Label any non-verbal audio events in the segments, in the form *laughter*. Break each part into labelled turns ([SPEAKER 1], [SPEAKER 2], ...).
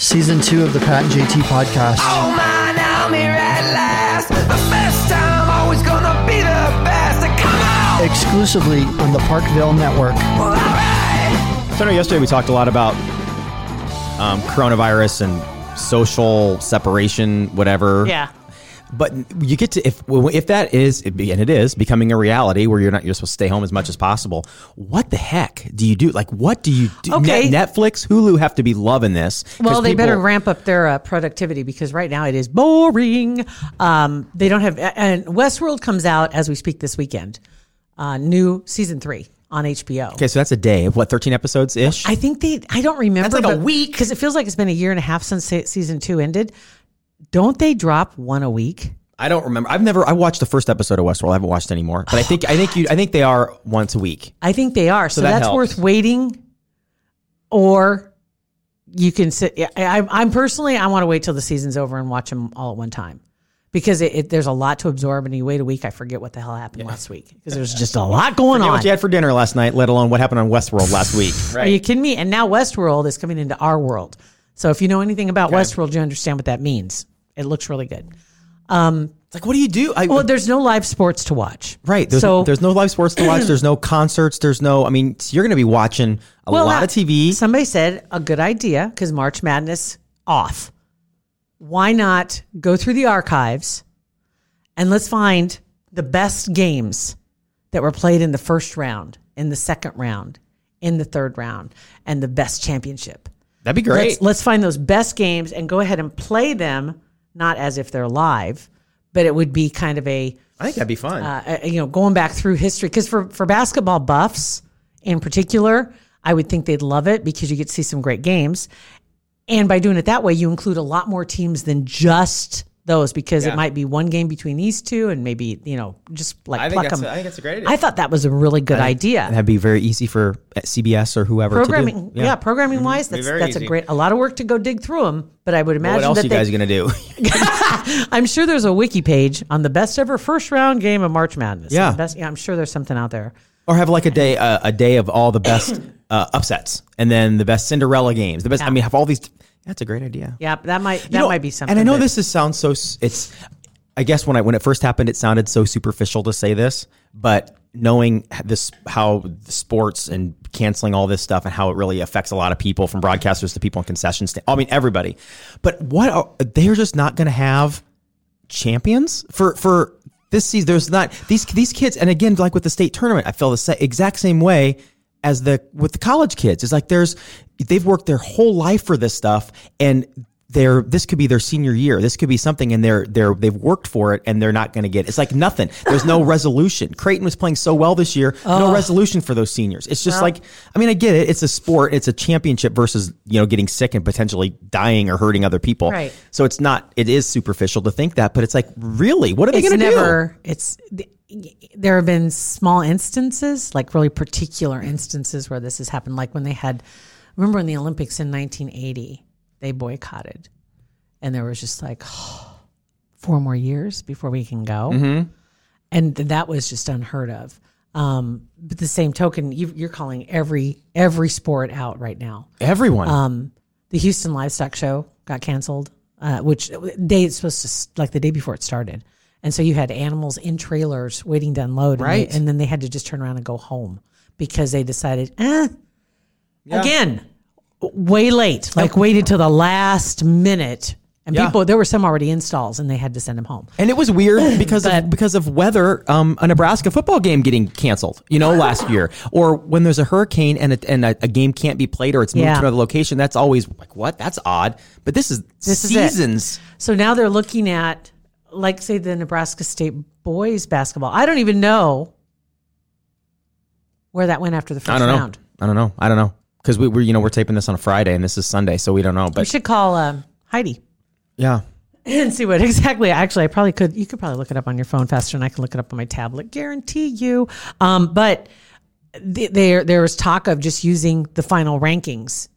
[SPEAKER 1] Season two of the Pat and JT podcast.
[SPEAKER 2] Oh my, now I'm here at last. The best time, always gonna be the best. Come on!
[SPEAKER 1] Exclusively on the Parkville Network.
[SPEAKER 2] Well, alright!
[SPEAKER 3] So I know yesterday we talked a lot about um, coronavirus and social separation, whatever.
[SPEAKER 4] Yeah.
[SPEAKER 3] But you get to if if that is and it is becoming a reality where you're not you're supposed to stay home as much as possible. What the heck do you do? Like what do you do?
[SPEAKER 4] Okay.
[SPEAKER 3] Net- Netflix, Hulu have to be loving this. 'cause
[SPEAKER 4] Well, they better
[SPEAKER 3] people-
[SPEAKER 4] ramp up their uh, productivity because right now it is boring. Um, they don't have, and Westworld comes out as we speak this weekend. Uh, new season three on HBO.
[SPEAKER 3] Okay, so that's a day of what thirteen episodes ish.
[SPEAKER 4] I think they. I don't remember.
[SPEAKER 3] That's like a week.
[SPEAKER 4] because it feels like it's been a year and a half since se- season two ended. Don't they drop one a week?
[SPEAKER 3] I don't remember. I've never. I watched the first episode of Westworld. I haven't watched any more. But I think. I think you. I think they are once a week.
[SPEAKER 4] I think they are. So,
[SPEAKER 3] that
[SPEAKER 4] that's
[SPEAKER 3] helps.
[SPEAKER 4] worth waiting. Or you can sit. yeah, I, I'm- I'm personally, I want to wait till the season's over and watch them all at one time because it, it, there's a lot to absorb. And you wait a week, I forget what the hell happened last week because there's just a lot
[SPEAKER 3] You
[SPEAKER 4] going
[SPEAKER 3] know
[SPEAKER 4] on.
[SPEAKER 3] what you had for dinner last night, let alone what happened on Westworld last week.
[SPEAKER 4] Are you kidding me? And now Westworld is coming into our world. So if you know anything about Westworld, you understand what that means. It looks really good. Um,
[SPEAKER 3] It's like, what do you do? I, uh,
[SPEAKER 4] Well, there's no live sports to watch.
[SPEAKER 3] Right. There's,
[SPEAKER 4] so
[SPEAKER 3] there's no live sports to
[SPEAKER 4] *clears throat*
[SPEAKER 3] watch. There's no concerts. There's no, I mean, you're going to be watching a
[SPEAKER 4] Well,
[SPEAKER 3] lot
[SPEAKER 4] that-
[SPEAKER 3] of TV.
[SPEAKER 4] Somebody said a good idea because March Madness off. Why not go through the archives and let's find the best games that were played in the first round, in the second round, in the third round, and the best championship.
[SPEAKER 3] That'd be great.
[SPEAKER 4] Let's, let's find those best games and go ahead and play them, not as if they're live, but it would be kind of a
[SPEAKER 3] I think that'd be fun.
[SPEAKER 4] uh, you know, going back through history. Because for, for basketball buffs in particular, I would think they'd love it because you get to see some great games. And by doing it that way, you include a lot more teams than just those because it might be one game between these two and maybe, you know, just like
[SPEAKER 3] I think
[SPEAKER 4] pluck
[SPEAKER 3] that's-
[SPEAKER 4] them.
[SPEAKER 3] I think that's a great idea.
[SPEAKER 4] I thought that was a really good idea.
[SPEAKER 3] and that'd be very easy for uh, CBS or whoever to
[SPEAKER 4] Programming,
[SPEAKER 3] do.
[SPEAKER 4] yeah, programming wise, that's
[SPEAKER 3] Mm-hmm. very
[SPEAKER 4] that's
[SPEAKER 3] easy.
[SPEAKER 4] a great, a lot of work to go dig through them. But I would imagine
[SPEAKER 3] What else
[SPEAKER 4] that
[SPEAKER 3] you
[SPEAKER 4] they-
[SPEAKER 3] guys going to do? *laughs*
[SPEAKER 4] I'm sure there's a wiki page on the best ever first round game of March Madness.
[SPEAKER 3] Yeah.
[SPEAKER 4] The best, yeah, I'm sure there's something out there.
[SPEAKER 3] or have like a day, uh, a day of all the
[SPEAKER 4] *clears throat*
[SPEAKER 3] best uh, upsets and then the best Cinderella games. The best, I mean, have all these. That's a great idea.
[SPEAKER 4] Yeah, but that might that
[SPEAKER 3] You know,
[SPEAKER 4] might be something.
[SPEAKER 3] And I know
[SPEAKER 4] that-
[SPEAKER 3] this is sounds so s- it's I guess when I when it first happened it sounded so superficial to say this, but knowing h- this how the sports and canceling all this stuff and how it really affects a lot of people from broadcasters to people in concession stand, I mean everybody. But what are, they're just not going to have champions for for this season. There's not these these kids, and again, like with the state tournament, I feel the sa- exact same way as the with the college kids. It's like there's they've worked their whole life for this stuff, and they're this could be their senior year. This could be something, and they're they're they've worked for it, and they're not going to get. It. It's like nothing. There's no resolution. Creighton was playing so well this year. No resolution for those seniors. It's just like I mean, I get it. It's a sport. It's a championship versus you know getting sick and potentially dying or hurting other people.
[SPEAKER 4] Right.
[SPEAKER 3] So it's not. It is superficial to think that, but it's like, really, what are they
[SPEAKER 4] it's
[SPEAKER 3] going to do?
[SPEAKER 4] never it's there have been small instances, like really particular instances where this has happened. Like when they had remember in the Olympics in nineteen eighty, they boycotted. And there was just like *sighs* four more years before we can go.
[SPEAKER 3] Mm-hmm.
[SPEAKER 4] And th- that was just unheard of. Um, but the same token, you, you're calling every every sport out right now.
[SPEAKER 3] Everyone.
[SPEAKER 4] um, the Houston Livestock Show got canceled, uh, which day it's supposed to s- like the day before it started, and so you had animals in trailers waiting to unload, and they-
[SPEAKER 3] Right.
[SPEAKER 4] And, then they had to just turn around and go home because they decided, eh, again, way late, like waited till the last minute, and
[SPEAKER 3] Yeah.
[SPEAKER 4] people there were some already installs, and they had to send them home.
[SPEAKER 3] and it was
[SPEAKER 4] *laughs*
[SPEAKER 3] weird because of
[SPEAKER 4] But-
[SPEAKER 3] because of weather. Um, a Nebraska football game getting canceled, you know, last year, or when there's a hurricane and a, and a, a game can't be played or it's moved
[SPEAKER 4] Yeah.
[SPEAKER 3] to another location. That's always like what? That's odd. But this is
[SPEAKER 4] This is it.
[SPEAKER 3] seasons.
[SPEAKER 4] So now they're looking at, like, say, the Nebraska State boys basketball. I don't even know where that went after the first
[SPEAKER 3] I don't know.
[SPEAKER 4] round.
[SPEAKER 3] I don't know. I don't know. because we, we're you know we're taping this on a Friday and this is Sunday, so we don't know.
[SPEAKER 4] We
[SPEAKER 3] But
[SPEAKER 4] should call um, Heidi
[SPEAKER 3] yeah,
[SPEAKER 4] and see what *laughs* exactly. Actually, I probably could. You could probably look it up on your phone faster than I can look it up on my tablet. Guarantee you. Um, but th- there there was talk of just using the final rankings.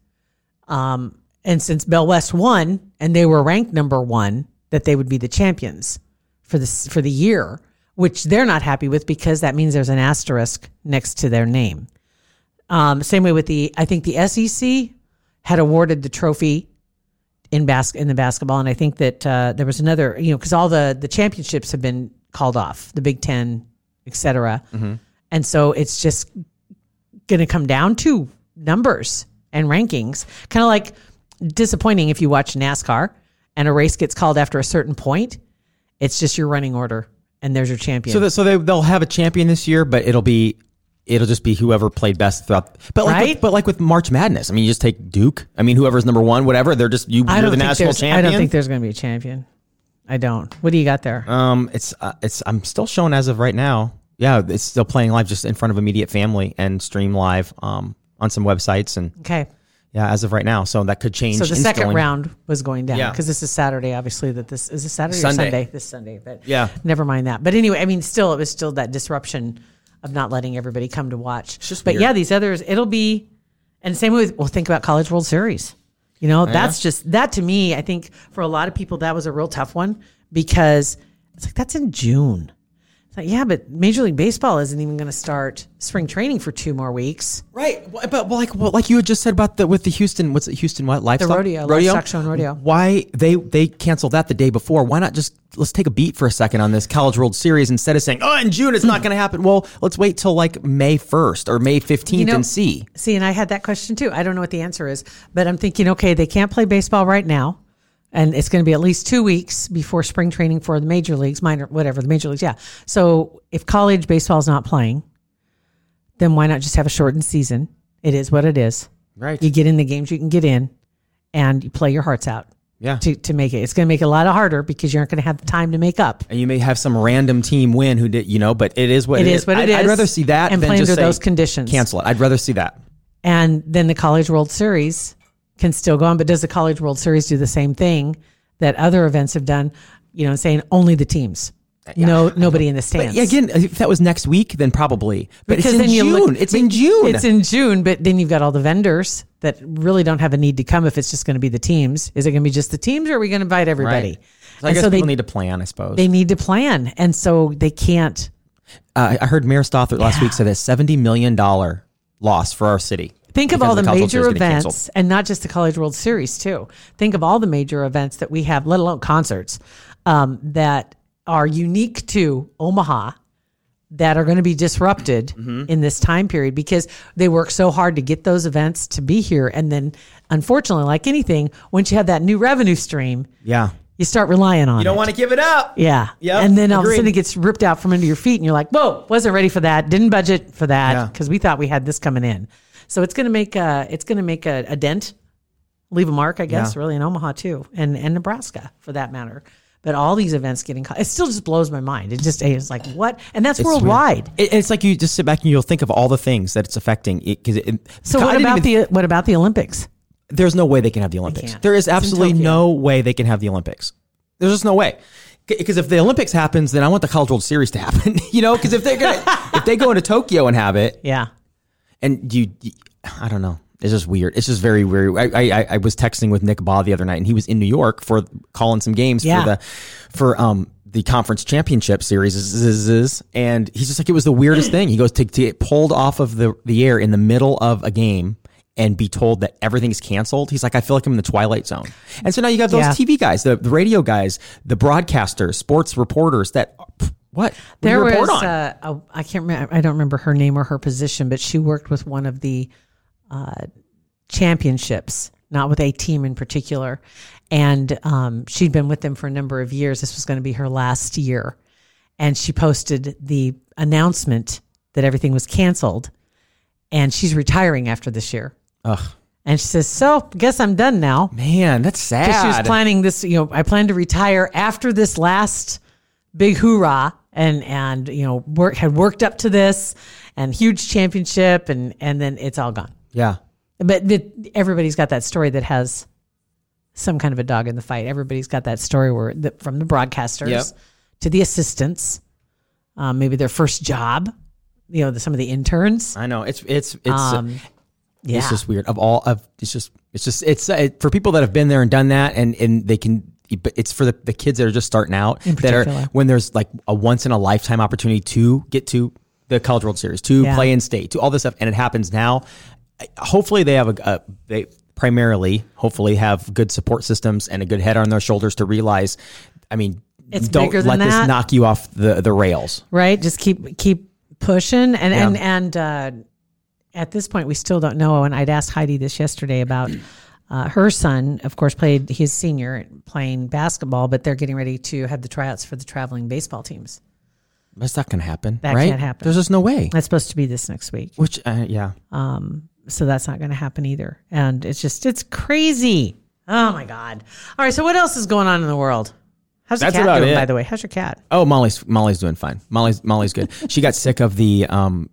[SPEAKER 4] Um, and since Bell West won and they were ranked number one, that they would be the champions for this for the year, which they're not happy with because that means there's an asterisk next to their name. Um, same way with the I think the SEC had awarded the trophy in bas- in the basketball, and I think that uh, there was another, you know, because all the the championships have been called off, the Big Ten, et cetera,
[SPEAKER 3] Mm-hmm.
[SPEAKER 4] and so it's just going to come down to numbers and rankings. Kind of like disappointing if you watch NASCAR and a race gets called after a certain point. It's just your running order, and there's your champion.
[SPEAKER 3] so that, so they they'll have a champion this year, but it'll be it'll just be whoever played best throughout. But like
[SPEAKER 4] Right?
[SPEAKER 3] with, but like with March Madness, I mean, you just take Duke. I mean, whoever's number one, whatever, they're just you.
[SPEAKER 4] I
[SPEAKER 3] you're
[SPEAKER 4] don't
[SPEAKER 3] the
[SPEAKER 4] think
[SPEAKER 3] national
[SPEAKER 4] there's- I
[SPEAKER 3] champion.
[SPEAKER 4] don't think there's going to be a champion. I don't. What do you got there?
[SPEAKER 3] Um, it's uh, it's I'm still showing as of right now. Yeah, it's still playing live just in front of immediate family and stream live um on some websites and
[SPEAKER 4] okay.
[SPEAKER 3] yeah, as of right now. So that could change.
[SPEAKER 4] So the second
[SPEAKER 3] instantly.
[SPEAKER 4] round was going down
[SPEAKER 3] Yeah.
[SPEAKER 4] because this is Saturday, obviously. That this is this Saturday
[SPEAKER 3] Sunday.
[SPEAKER 4] or Sunday? This Sunday, but
[SPEAKER 3] Yeah.
[SPEAKER 4] never mind that. But anyway, I mean, still, it was still that disruption of not letting everybody come to watch.
[SPEAKER 3] just
[SPEAKER 4] but
[SPEAKER 3] weird.
[SPEAKER 4] yeah, these others, it'll be, and same with well, think about College World Series. You know, that's just that to me. I think for a lot of people, that was a real tough one because it's like that's in June. It's like, yeah, but Major League Baseball isn't even going to start spring training for two more weeks.
[SPEAKER 3] Right, Well, but well, like well, like you had just said about the with the Houston, what's it, Houston what livestock
[SPEAKER 4] rodeo, livestock show and rodeo.
[SPEAKER 3] Why they they canceled that the day before? Why not just let's take a beat for a second on this College World Series instead of saying oh in June it's not going to happen. Well, let's wait till like May first or May fifteenth
[SPEAKER 4] You know-
[SPEAKER 3] and see.
[SPEAKER 4] See, and I had that question too. I don't know what the answer is, but I'm thinking, okay, they can't play baseball right now. And it's going to be at least two weeks before spring training for the major leagues, minor, whatever, the major leagues. Yeah. So if college baseball's not playing, then why not just have a shortened season? It is what it is.
[SPEAKER 3] Right.
[SPEAKER 4] You get in the games you can get in and you play your hearts out
[SPEAKER 3] Yeah.
[SPEAKER 4] to, to make it. It's going to make it a lot harder because you aren't going to have the time to make up.
[SPEAKER 3] And you may have some random team win who did, you know, but it is what
[SPEAKER 4] It is what it
[SPEAKER 3] I'd, I'd
[SPEAKER 4] is,
[SPEAKER 3] rather see that
[SPEAKER 4] and
[SPEAKER 3] than
[SPEAKER 4] play
[SPEAKER 3] just
[SPEAKER 4] under
[SPEAKER 3] say,
[SPEAKER 4] those conditions.
[SPEAKER 3] Cancel it. I'd rather see that.
[SPEAKER 4] and then the College World Series can still go on. But does the College World Series do the same thing that other events have done? You know, saying only the teams,
[SPEAKER 3] Uh,
[SPEAKER 4] no nobody in the stands.
[SPEAKER 3] Yeah, again, if that was next week, then probably. But
[SPEAKER 4] Because
[SPEAKER 3] it's in
[SPEAKER 4] then you
[SPEAKER 3] June.
[SPEAKER 4] look-
[SPEAKER 3] it's in June.
[SPEAKER 4] It's in June, but then you've got all the vendors that really don't have a need to come if it's just going to be the teams. Is it going to be just the teams, or are we going to invite everybody?
[SPEAKER 3] Right. So I
[SPEAKER 4] And
[SPEAKER 3] guess
[SPEAKER 4] so they
[SPEAKER 3] people need to plan, I suppose.
[SPEAKER 4] they need to plan, and so they can't.
[SPEAKER 3] uh, I heard Mayor Stothert last week said a $70 million loss for our city.
[SPEAKER 4] Think of
[SPEAKER 3] because
[SPEAKER 4] all the,
[SPEAKER 3] College World
[SPEAKER 4] major
[SPEAKER 3] Series getting
[SPEAKER 4] events,
[SPEAKER 3] canceled.
[SPEAKER 4] and not just the College World Series too. Think of all the major events that we have, let alone concerts, um, that are unique to Omaha, that are going to be disrupted
[SPEAKER 3] Mm-hmm.
[SPEAKER 4] in this time period because they work so hard to get those events to be here, and then unfortunately, like anything, once you have that new revenue stream,
[SPEAKER 3] Yeah.
[SPEAKER 4] you start relying on. You
[SPEAKER 3] want to give it up.
[SPEAKER 4] yeah.
[SPEAKER 3] Yep,
[SPEAKER 4] And then all of a sudden
[SPEAKER 3] agreed.
[SPEAKER 4] it gets ripped out from under your feet and you're like, whoa, wasn't ready for that. Didn't budget for
[SPEAKER 3] Yeah.
[SPEAKER 4] that because we thought we had this coming in. So it's going to make a, it's going to make a, a dent, leave a mark, I guess,
[SPEAKER 3] Yeah.
[SPEAKER 4] really in Omaha too. And, and Nebraska for that matter. But all these events getting, caught- it still just blows my mind. It just, it's like what? And that's worldwide.
[SPEAKER 3] It, it's like you just sit back and you'll think of all the things that it's affecting. It, cause it,
[SPEAKER 4] So
[SPEAKER 3] I
[SPEAKER 4] what
[SPEAKER 3] didn't
[SPEAKER 4] about
[SPEAKER 3] even-
[SPEAKER 4] the, what about the Olympics?
[SPEAKER 3] there's no way they can have the Olympics.
[SPEAKER 4] can't.
[SPEAKER 3] There is
[SPEAKER 4] It's in
[SPEAKER 3] absolutely
[SPEAKER 4] Tokyo.
[SPEAKER 3] no way they can have the Olympics. There's just no way. Because if the Olympics happens, then I want the College World Series to happen. *laughs* you know, because if they're gonna if they go into Tokyo and have it,
[SPEAKER 4] Yeah.
[SPEAKER 3] and you, you- I don't know. It's just weird. It's just very weird. I, I I was texting with Nick Ba the other night, and he was in New York for calling some games
[SPEAKER 4] Yeah.
[SPEAKER 3] for the for um the conference championship series. Zzz, zzz, zzz. And he's just like, it was the weirdest thing. He goes to, to get pulled off of the the air in the middle of a game and be told that everything's canceled. He's like, I feel like I'm in the twilight zone. And so now you got those
[SPEAKER 4] Yeah.
[SPEAKER 3] TV guys, the, the radio guys, the broadcasters, sports reporters. That what What do you
[SPEAKER 4] There
[SPEAKER 3] report
[SPEAKER 4] was,
[SPEAKER 3] on?
[SPEAKER 4] uh, a, I can't remember, I don't remember her name or her position, but she worked with one of the uh, championships, not with a team in particular. And um, she'd been with them for a number of years. This was going to be her last year. And she posted the announcement that everything was canceled and she's retiring after this year.
[SPEAKER 3] Ugh,
[SPEAKER 4] And she says, So, guess I'm done now.
[SPEAKER 3] man, that's
[SPEAKER 4] 'Cause
[SPEAKER 3] sad.
[SPEAKER 4] She was planning this, you know, I plan to retire after this last big hoorah and and you know, work had worked up to this and huge championship and and then it's all gone.
[SPEAKER 3] yeah.
[SPEAKER 4] But the, everybody's got that story that has some kind of a dog in the fight. Everybody's got that story where the, from the broadcasters
[SPEAKER 3] Yep.
[SPEAKER 4] to the assistants, um, maybe their first job. You know, the, some of the interns.
[SPEAKER 3] I know it's it's it's
[SPEAKER 4] Um, Yeah,
[SPEAKER 3] it's just weird. Of all of it's just it's just it's uh, for people that have been there and done that, and and they can. But it's for the, the kids that are just starting out
[SPEAKER 4] In
[SPEAKER 3] that are
[SPEAKER 4] particular.
[SPEAKER 3] when there's like a once in a lifetime opportunity to get to the College World Series, to
[SPEAKER 4] Yeah.
[SPEAKER 3] play in state, to all this stuff, and it happens now. I- Hopefully, they have a, a they primarily hopefully have good support systems and a good head on their shoulders to realize. I mean,
[SPEAKER 4] It's
[SPEAKER 3] don't
[SPEAKER 4] bigger
[SPEAKER 3] let
[SPEAKER 4] than
[SPEAKER 3] this
[SPEAKER 4] that.
[SPEAKER 3] knock you off the the rails.
[SPEAKER 4] right. Just keep keep pushing, and and and uh, at this point, we still don't know. And I'd asked Heidi this yesterday about. *clears throat* Uh, her son, of course, played his senior playing basketball, but they're getting ready to have the tryouts for the traveling baseball teams.
[SPEAKER 3] That's not going to happen.
[SPEAKER 4] That
[SPEAKER 3] right?
[SPEAKER 4] can't happen.
[SPEAKER 3] There's just no way.
[SPEAKER 4] That's supposed to be this next week.
[SPEAKER 3] Which uh, yeah,
[SPEAKER 4] so that's not going to happen either. And it's just it's crazy. Oh my god! All right, so what else is going on in the world? How's your
[SPEAKER 3] That's
[SPEAKER 4] cat
[SPEAKER 3] about
[SPEAKER 4] doing?
[SPEAKER 3] it.
[SPEAKER 4] By the way, how's your cat?
[SPEAKER 3] Oh, Molly's Molly's doing fine. Molly's Molly's
[SPEAKER 4] *laughs*
[SPEAKER 3] good. she got sick of the um,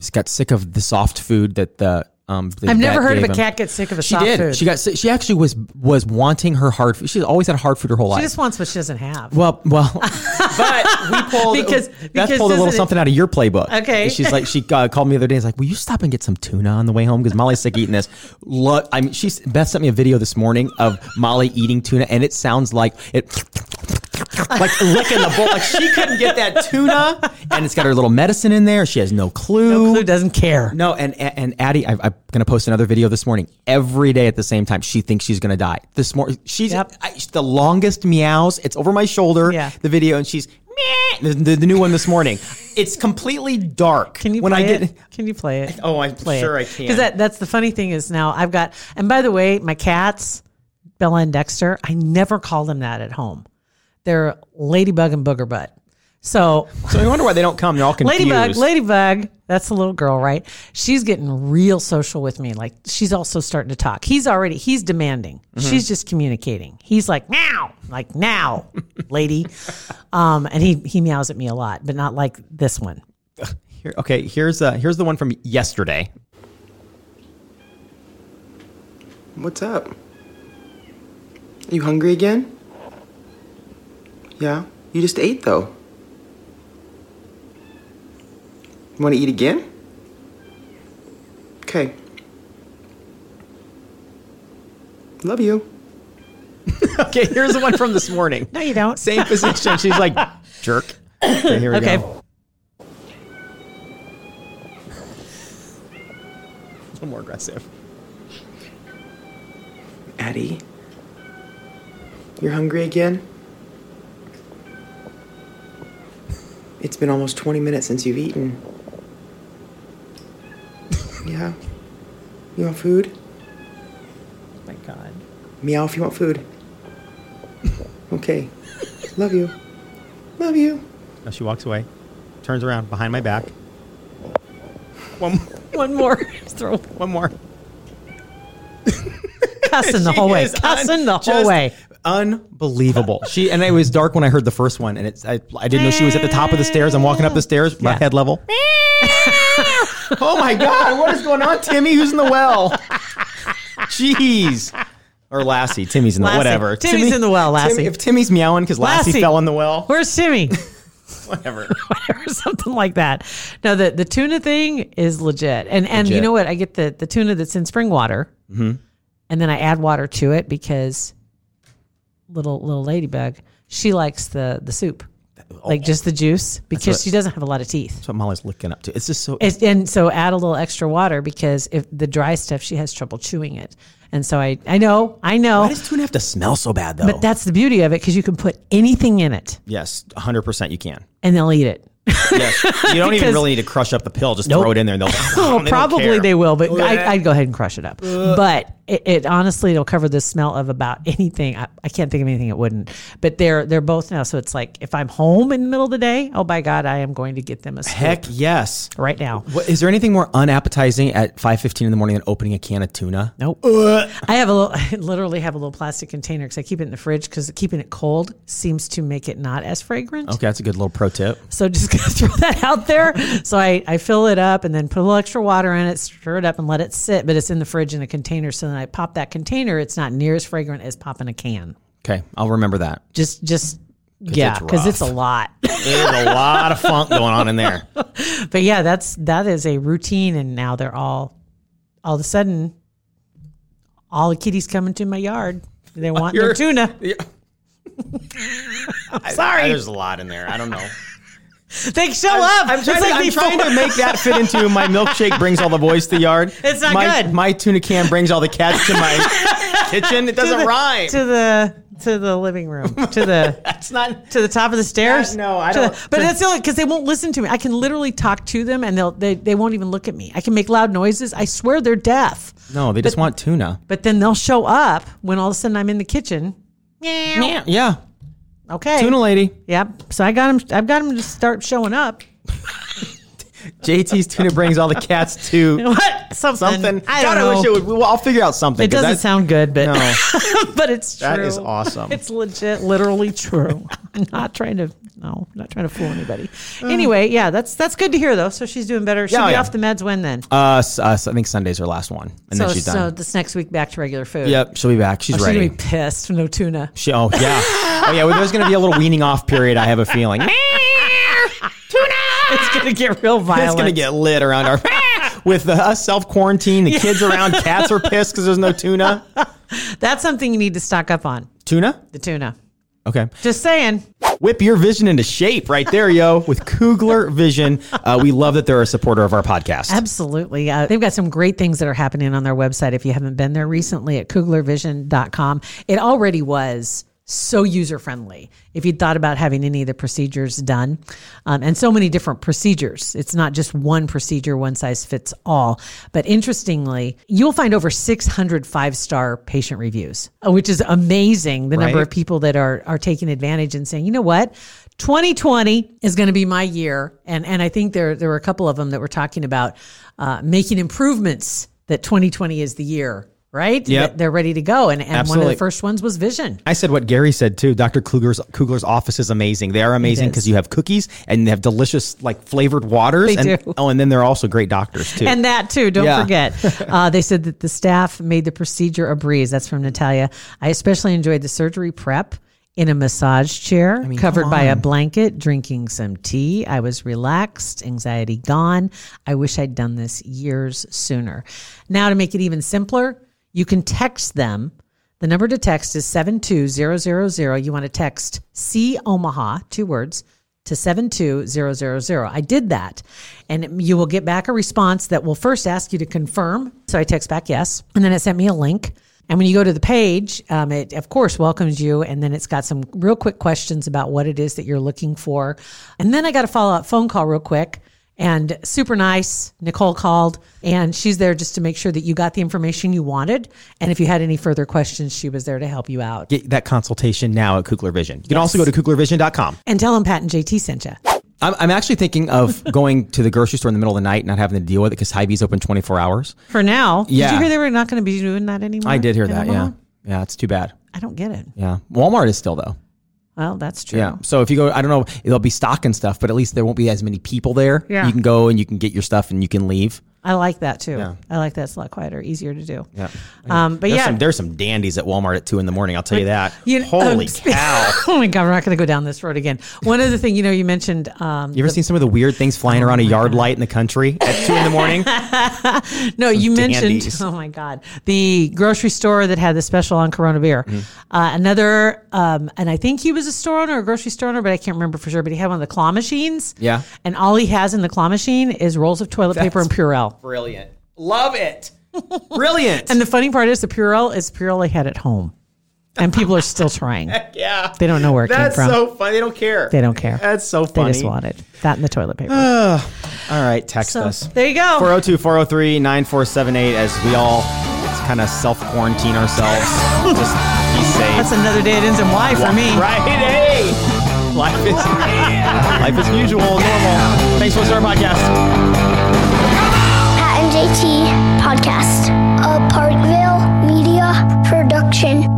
[SPEAKER 3] she got sick of the soft food that the um. the
[SPEAKER 4] I've never
[SPEAKER 3] vet
[SPEAKER 4] heard of
[SPEAKER 3] gave
[SPEAKER 4] a
[SPEAKER 3] him.
[SPEAKER 4] cat get sick of a
[SPEAKER 3] She
[SPEAKER 4] soft
[SPEAKER 3] did.
[SPEAKER 4] food.
[SPEAKER 3] She got. sick. She actually was was wanting her hard food. She's always had hard food her whole
[SPEAKER 4] She
[SPEAKER 3] life.
[SPEAKER 4] just wants what she doesn't have.
[SPEAKER 3] well, well,
[SPEAKER 4] *laughs*
[SPEAKER 3] but we pulled
[SPEAKER 4] Because-
[SPEAKER 3] Beth
[SPEAKER 4] because
[SPEAKER 3] pulled a little
[SPEAKER 4] isn't it-
[SPEAKER 3] something out of your playbook.
[SPEAKER 4] Okay.
[SPEAKER 3] she's like she uh, called me the other day. and is like, will you stop and get some tuna on the way home because Molly's sick of eating this. Look, I mean, she's Beth sent me a video this morning of Molly eating tuna, and it sounds like it like licking the bowl. Like she couldn't get that tuna, and it's got her little medicine in there. She has no clue.
[SPEAKER 4] no clue doesn't care.
[SPEAKER 3] No, and and Addie, I, I'm going to post another video this morning. Every day at the same time, she thinks she's going to die. This morning, she's
[SPEAKER 4] Yep.
[SPEAKER 3] I, the longest meows. It's over my shoulder.
[SPEAKER 4] Yeah.
[SPEAKER 3] The video, and she's meh. The, the, the new one this morning. It's completely dark.
[SPEAKER 4] Can you
[SPEAKER 3] when
[SPEAKER 4] play
[SPEAKER 3] I get
[SPEAKER 4] it? Can you play it?
[SPEAKER 3] Oh, I'm
[SPEAKER 4] play
[SPEAKER 3] sure
[SPEAKER 4] it.
[SPEAKER 3] I can.
[SPEAKER 4] Because that, that's the funny thing is now I've got. And by the way, my cats, Bella and Dexter, I never call them that at home. They're Ladybug and Booger Butt. So
[SPEAKER 3] So I wonder why they don't come. They're all confused.
[SPEAKER 4] Ladybug, Ladybug, that's the little girl, right? She's getting real social with me. Like she's also starting to talk. He's already he's demanding.
[SPEAKER 3] Mm-hmm.
[SPEAKER 4] She's just communicating. He's like now,
[SPEAKER 3] *laughs*
[SPEAKER 4] like now, lady. Um, and he he meows at me a lot, but not like this one.
[SPEAKER 3] Here, okay, here's uh, here's the one from
[SPEAKER 4] *laughs*
[SPEAKER 3] yesterday.
[SPEAKER 5] What's up? You hungry again? Yeah, you just ate though. You want to eat again? Okay. Love you.
[SPEAKER 3] Okay, here's the one from this morning.
[SPEAKER 4] No, you don't.
[SPEAKER 3] Same position. She's like jerk. Okay, here we
[SPEAKER 4] Okay.
[SPEAKER 3] go. A little more aggressive.
[SPEAKER 5] Addie, you're hungry again? It's been almost 20 minutes since
[SPEAKER 4] *laughs*
[SPEAKER 5] you've eaten. Yeah. You want food?
[SPEAKER 4] my God.
[SPEAKER 5] Meow if you
[SPEAKER 4] *laughs*
[SPEAKER 5] want food. Okay. Love you. Love you.
[SPEAKER 3] Now she walks away, turns around behind my back. One,
[SPEAKER 4] *laughs* One more *laughs* throw
[SPEAKER 3] one more.
[SPEAKER 4] cussing the whole
[SPEAKER 3] She
[SPEAKER 4] way.
[SPEAKER 3] is un-
[SPEAKER 4] Cussing the whole
[SPEAKER 3] just
[SPEAKER 4] way.
[SPEAKER 3] Unbelievable. She and it was dark when I heard the first one, and it's I, I didn't know she was at the top of the stairs. I'm walking up the stairs, my
[SPEAKER 4] Yeah.
[SPEAKER 3] head
[SPEAKER 4] *laughs*
[SPEAKER 3] level. oh my god, what is going on, Timmy? Who's in the well? Jeez. Or Lassie, Timmy's in the
[SPEAKER 4] Lassie.
[SPEAKER 3] whatever.
[SPEAKER 4] Timmy's in the well, Lassie.
[SPEAKER 3] Timmy- if Timmy's meowing because Lassie,
[SPEAKER 4] Lassie.
[SPEAKER 3] fell in the well,
[SPEAKER 4] Where's Timmy? *laughs*
[SPEAKER 3] whatever.
[SPEAKER 4] or something like that. No, the the tuna thing is legit. And and
[SPEAKER 3] Legit.
[SPEAKER 4] you
[SPEAKER 3] Mm-hmm.
[SPEAKER 4] know what? I get the the tuna that's in spring water, and then I add water to it because little little ladybug she likes the the soup, like just the juice because
[SPEAKER 3] Oh. what-
[SPEAKER 4] she doesn't have a lot of teeth.
[SPEAKER 3] That's what Molly's looking up to. It's just so.
[SPEAKER 4] It's, and so add a little extra water because if the dry stuff she has trouble chewing it. And so I I know I
[SPEAKER 3] why
[SPEAKER 4] know,
[SPEAKER 3] does tuna have to smell so bad though?
[SPEAKER 4] but that's the beauty of it because you can put anything in it
[SPEAKER 3] yes, 100. percent You
[SPEAKER 4] *laughs*
[SPEAKER 3] can.
[SPEAKER 4] and they'll eat it.
[SPEAKER 3] Yes, you don't even
[SPEAKER 4] Because-
[SPEAKER 3] really need to crush up the pill. Just
[SPEAKER 4] Nope. *laughs*
[SPEAKER 3] throw it in there, and they'll. *laughs*
[SPEAKER 4] Well,
[SPEAKER 3] they don't Oh,
[SPEAKER 4] probably
[SPEAKER 3] care.
[SPEAKER 4] they will, but I, I'd go ahead and crush it up. But it, it honestly it'll cover the smell of about anything. I, I can't think of anything it wouldn't. But they're they're both now. So it's like if I'm home in the middle of the day, oh my god, I am going to get them a scoop
[SPEAKER 3] Heck yes.
[SPEAKER 4] right now.
[SPEAKER 3] What, is there anything more unappetizing at five fifteen in the morning than opening a can of tuna?
[SPEAKER 4] Nope. I have a little, *laughs* I literally have a little plastic container because I keep it in the fridge because keeping it cold seems to make it not as fragrant.
[SPEAKER 3] Okay, that's a good little pro tip.
[SPEAKER 4] So just *laughs* gonna throw that out there. So I, I fill it up and then put a little extra water in it, stir it up and let it sit, but it's in the fridge in a container. So then I pop that container. It's not near as fragrant as popping a can.
[SPEAKER 3] Okay, I'll remember that.
[SPEAKER 4] Just, just, yeah,
[SPEAKER 3] it's
[SPEAKER 4] because it's a
[SPEAKER 3] rough.
[SPEAKER 4] lot. *laughs*
[SPEAKER 3] There's a lot of funk going on in there.
[SPEAKER 4] but yeah, that's, that is a routine. And now they're all, all of a sudden, all the kitties come into my yard.
[SPEAKER 3] *laughs*
[SPEAKER 4] They want their
[SPEAKER 3] You're-
[SPEAKER 4] tuna.
[SPEAKER 3] *laughs* Sorry, there's a lot in there. I don't *laughs* know.
[SPEAKER 4] They show
[SPEAKER 3] I'm,
[SPEAKER 4] up.
[SPEAKER 3] trying,
[SPEAKER 4] it's
[SPEAKER 3] to,
[SPEAKER 4] like
[SPEAKER 3] I'm
[SPEAKER 4] before.
[SPEAKER 3] trying to make that fit into my milkshake brings all the boys to the *laughs* yard.
[SPEAKER 4] It's not
[SPEAKER 3] my,
[SPEAKER 4] good.
[SPEAKER 3] My tuna can brings all the cats to *laughs* my kitchen. It doesn't rhyme.
[SPEAKER 4] *laughs* to the to the living room
[SPEAKER 3] *laughs*
[SPEAKER 4] to the
[SPEAKER 3] It's not.
[SPEAKER 4] to the top of the stairs.
[SPEAKER 3] Yeah, Uh, no, I
[SPEAKER 4] To
[SPEAKER 3] don't-
[SPEAKER 4] but that's the only because they won't listen to me. I can literally talk to them and they'll they, they won't even look at me. I can make loud noises. I swear they're deaf.
[SPEAKER 3] No, they just want tuna.
[SPEAKER 4] But then they'll show up when all of a sudden I'm in the kitchen. Yeah.
[SPEAKER 3] Yeah,
[SPEAKER 4] Okay.
[SPEAKER 3] tuna lady.
[SPEAKER 4] Yep. So I got them. I've got them to start showing up. *laughs*
[SPEAKER 3] JT's tuna brings all the cats *laughs* to
[SPEAKER 4] What? Something.
[SPEAKER 3] something.
[SPEAKER 4] I
[SPEAKER 3] God,
[SPEAKER 4] don't know.
[SPEAKER 3] I wish it would. Well, I'll figure out something.
[SPEAKER 4] It
[SPEAKER 3] 'cause
[SPEAKER 4] doesn't
[SPEAKER 3] that-
[SPEAKER 4] sound good, but
[SPEAKER 3] No.
[SPEAKER 4] *laughs* but it's true.
[SPEAKER 3] That is awesome.
[SPEAKER 4] It's legit, literally true. *laughs* I'm not trying to no, I'm not trying to fool anybody. Anyway, yeah, that's that's good to hear though. So she's doing better. She'll
[SPEAKER 3] Yeah,
[SPEAKER 4] be
[SPEAKER 3] yeah.
[SPEAKER 4] off the meds when then.
[SPEAKER 3] Uh, s- uh, so I think Sunday's her last one, and
[SPEAKER 4] so
[SPEAKER 3] then she's done.
[SPEAKER 4] so this next week back to regular food.
[SPEAKER 3] yep, she'll be back. She's
[SPEAKER 4] She's
[SPEAKER 3] ready.
[SPEAKER 4] gonna be pissed.
[SPEAKER 3] *laughs*
[SPEAKER 4] No tuna.
[SPEAKER 3] She, oh yeah, oh yeah. Well, there's gonna be a little weaning off period. I have a
[SPEAKER 4] *laughs*
[SPEAKER 3] feeling.
[SPEAKER 4] It's gonna get real violent.
[SPEAKER 3] It's gonna get lit around
[SPEAKER 4] *laughs*
[SPEAKER 3] our with the, us self quarantine. The kids around, cats are pissed because there's no tuna.
[SPEAKER 4] That's something you need to stock up on.
[SPEAKER 3] Tuna.
[SPEAKER 4] The tuna.
[SPEAKER 3] Okay.
[SPEAKER 4] Just saying.
[SPEAKER 3] Whip your vision into shape right there, yo, with Kugler Vision. Uh, we love that they're a supporter of our podcast.
[SPEAKER 4] Absolutely. Uh, they've got some great things that are happening on their website if you haven't been there recently at kuglervision.com. It already was so user friendly if you thought about having any of the procedures done um, and so many different procedures it's not just one procedure one size fits all but interestingly you'll find over 600 five star patient reviews uh, which is amazing the number
[SPEAKER 3] Right.
[SPEAKER 4] of people that are are taking advantage and saying, you know what, 2020 is going to be my year, and and I think there there were a couple of them that were talking about uh, making improvements that 2020 is the year, right?
[SPEAKER 3] Yep.
[SPEAKER 4] That they're ready to go, and and one of
[SPEAKER 3] Absolutely.
[SPEAKER 4] the first ones was vision.
[SPEAKER 3] I said what Gary said too. Dr. Kugler's Kugler's office is amazing. They are amazing
[SPEAKER 4] is.
[SPEAKER 3] because you have cookies and they have delicious like flavored waters.
[SPEAKER 4] They
[SPEAKER 3] and,
[SPEAKER 4] do.
[SPEAKER 3] Oh, and then they're also great doctors too.
[SPEAKER 4] And that too, don't
[SPEAKER 3] Yeah. *laughs*
[SPEAKER 4] forget. Uh, they said that the staff made the procedure a breeze. That's from Natalia. I especially enjoyed the surgery prep in a massage chair covered by a blanket, drinking some tea. I was relaxed, anxiety gone. I wish I'd done this years sooner. Now, to make it even simpler, you can text them. The number to text is 72000. You want to text C Omaha, two words, to 72000. I did that. And you will get back a response that will first ask you to confirm. So I text back yes. And then it sent me a link. And when you go to the page, um, it of course welcomes you. And then it's got some real quick questions about what it is that you're looking for. And then I got a follow up phone call real quick. And super nice. Nicole called and she's there just to make sure that you got the information you wanted. And if you had any further questions, she was there to help you out.
[SPEAKER 3] Get that consultation now at Kugler Vision. You can also go to kuglervision.com.
[SPEAKER 4] And tell them Pat and JT sent you.
[SPEAKER 3] I'm, I'm actually thinking of *laughs* going to the grocery store in the middle of the night, and not having to deal with it because Hy-Vee's open 24 hours.
[SPEAKER 4] For now. Did you
[SPEAKER 3] Yeah.
[SPEAKER 4] hear they were not going to be doing that anymore?
[SPEAKER 3] I did hear
[SPEAKER 4] in
[SPEAKER 3] that.
[SPEAKER 4] Omaha?
[SPEAKER 3] Yeah, yeah, it's too bad.
[SPEAKER 4] I don't get it.
[SPEAKER 3] Yeah, Walmart is still though.
[SPEAKER 4] Well, that's true.
[SPEAKER 3] Yeah, so if you go, I don't know, there'll be stock and stuff, but at least there won't be as many people there.
[SPEAKER 4] Yeah.
[SPEAKER 3] you can go and you can get your stuff and you can leave.
[SPEAKER 4] I like that too. I like that. It's a lot quieter, easier to do.
[SPEAKER 3] Yeah.
[SPEAKER 4] Um, but
[SPEAKER 3] There's
[SPEAKER 4] yeah.
[SPEAKER 3] some there's some dandies at Walmart at two in the morning. I'll tell you that.
[SPEAKER 4] You-
[SPEAKER 3] Holy
[SPEAKER 4] *laughs* um,
[SPEAKER 3] cow!
[SPEAKER 4] oh my God, we're not going to go down this road again. One other thing, you know, you mentioned
[SPEAKER 3] *laughs*
[SPEAKER 4] um,
[SPEAKER 3] You ever seen some of the weird things flying
[SPEAKER 4] Oh
[SPEAKER 3] around a yard light in the country at two in the
[SPEAKER 4] *laughs*
[SPEAKER 3] morning?
[SPEAKER 4] No, you
[SPEAKER 3] dandies.
[SPEAKER 4] mentioned. Oh my God, the grocery store that had the special on Corona beer.
[SPEAKER 3] Mm-hmm.
[SPEAKER 4] Uh, another, um, and I think he was a store owner, or a grocery store owner, but I can't remember for sure. But he had one of the claw machines.
[SPEAKER 3] Yeah.
[SPEAKER 4] and all he has in the claw machine is rolls of toilet paper and Purell.
[SPEAKER 3] Brilliant, love it. Brilliant.
[SPEAKER 4] And the funny part is the Purell is Purell I had at home, and people are still trying.
[SPEAKER 3] yeah,
[SPEAKER 4] They don't know where it
[SPEAKER 3] that's
[SPEAKER 4] came from.
[SPEAKER 3] so funny. They don't care.
[SPEAKER 4] they don't care.
[SPEAKER 3] That's so
[SPEAKER 4] they
[SPEAKER 3] funny. Ah.
[SPEAKER 4] just want it. That and the toilet paper.
[SPEAKER 3] All right, text
[SPEAKER 4] so
[SPEAKER 3] *laughs* us.
[SPEAKER 4] there you go.
[SPEAKER 3] 402 403 9478 as we all kind of self quarantine ourselves. Just be safe.
[SPEAKER 4] That's another day it ends in Y for me.
[SPEAKER 3] Right? Hey! Life
[SPEAKER 4] *laughs*
[SPEAKER 3] is, *laughs* life is usual, normal. Thanks for listening to our podcast.
[SPEAKER 6] Pat and JT Podcast, a Parkville Media Production.